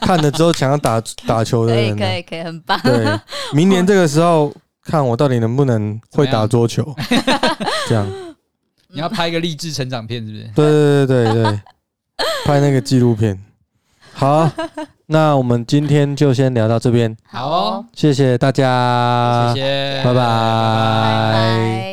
Speaker 2: 看了之后想要打打球的
Speaker 4: 可以
Speaker 2: 人
Speaker 4: 可
Speaker 2: 啊。
Speaker 4: 以可以，很棒。
Speaker 2: 对，明年这个时候看我到底能不能会
Speaker 3: 怎么
Speaker 2: 打
Speaker 3: 样
Speaker 2: 桌球，这样。
Speaker 3: 你要拍一个励志成长片，是不是？
Speaker 2: 对对对对对，拍那个纪录片。 好，那我们今天就先聊到这边，
Speaker 3: 好哦
Speaker 2: 谢谢大家，
Speaker 3: 谢谢，
Speaker 2: 啊拜拜
Speaker 4: 拜拜。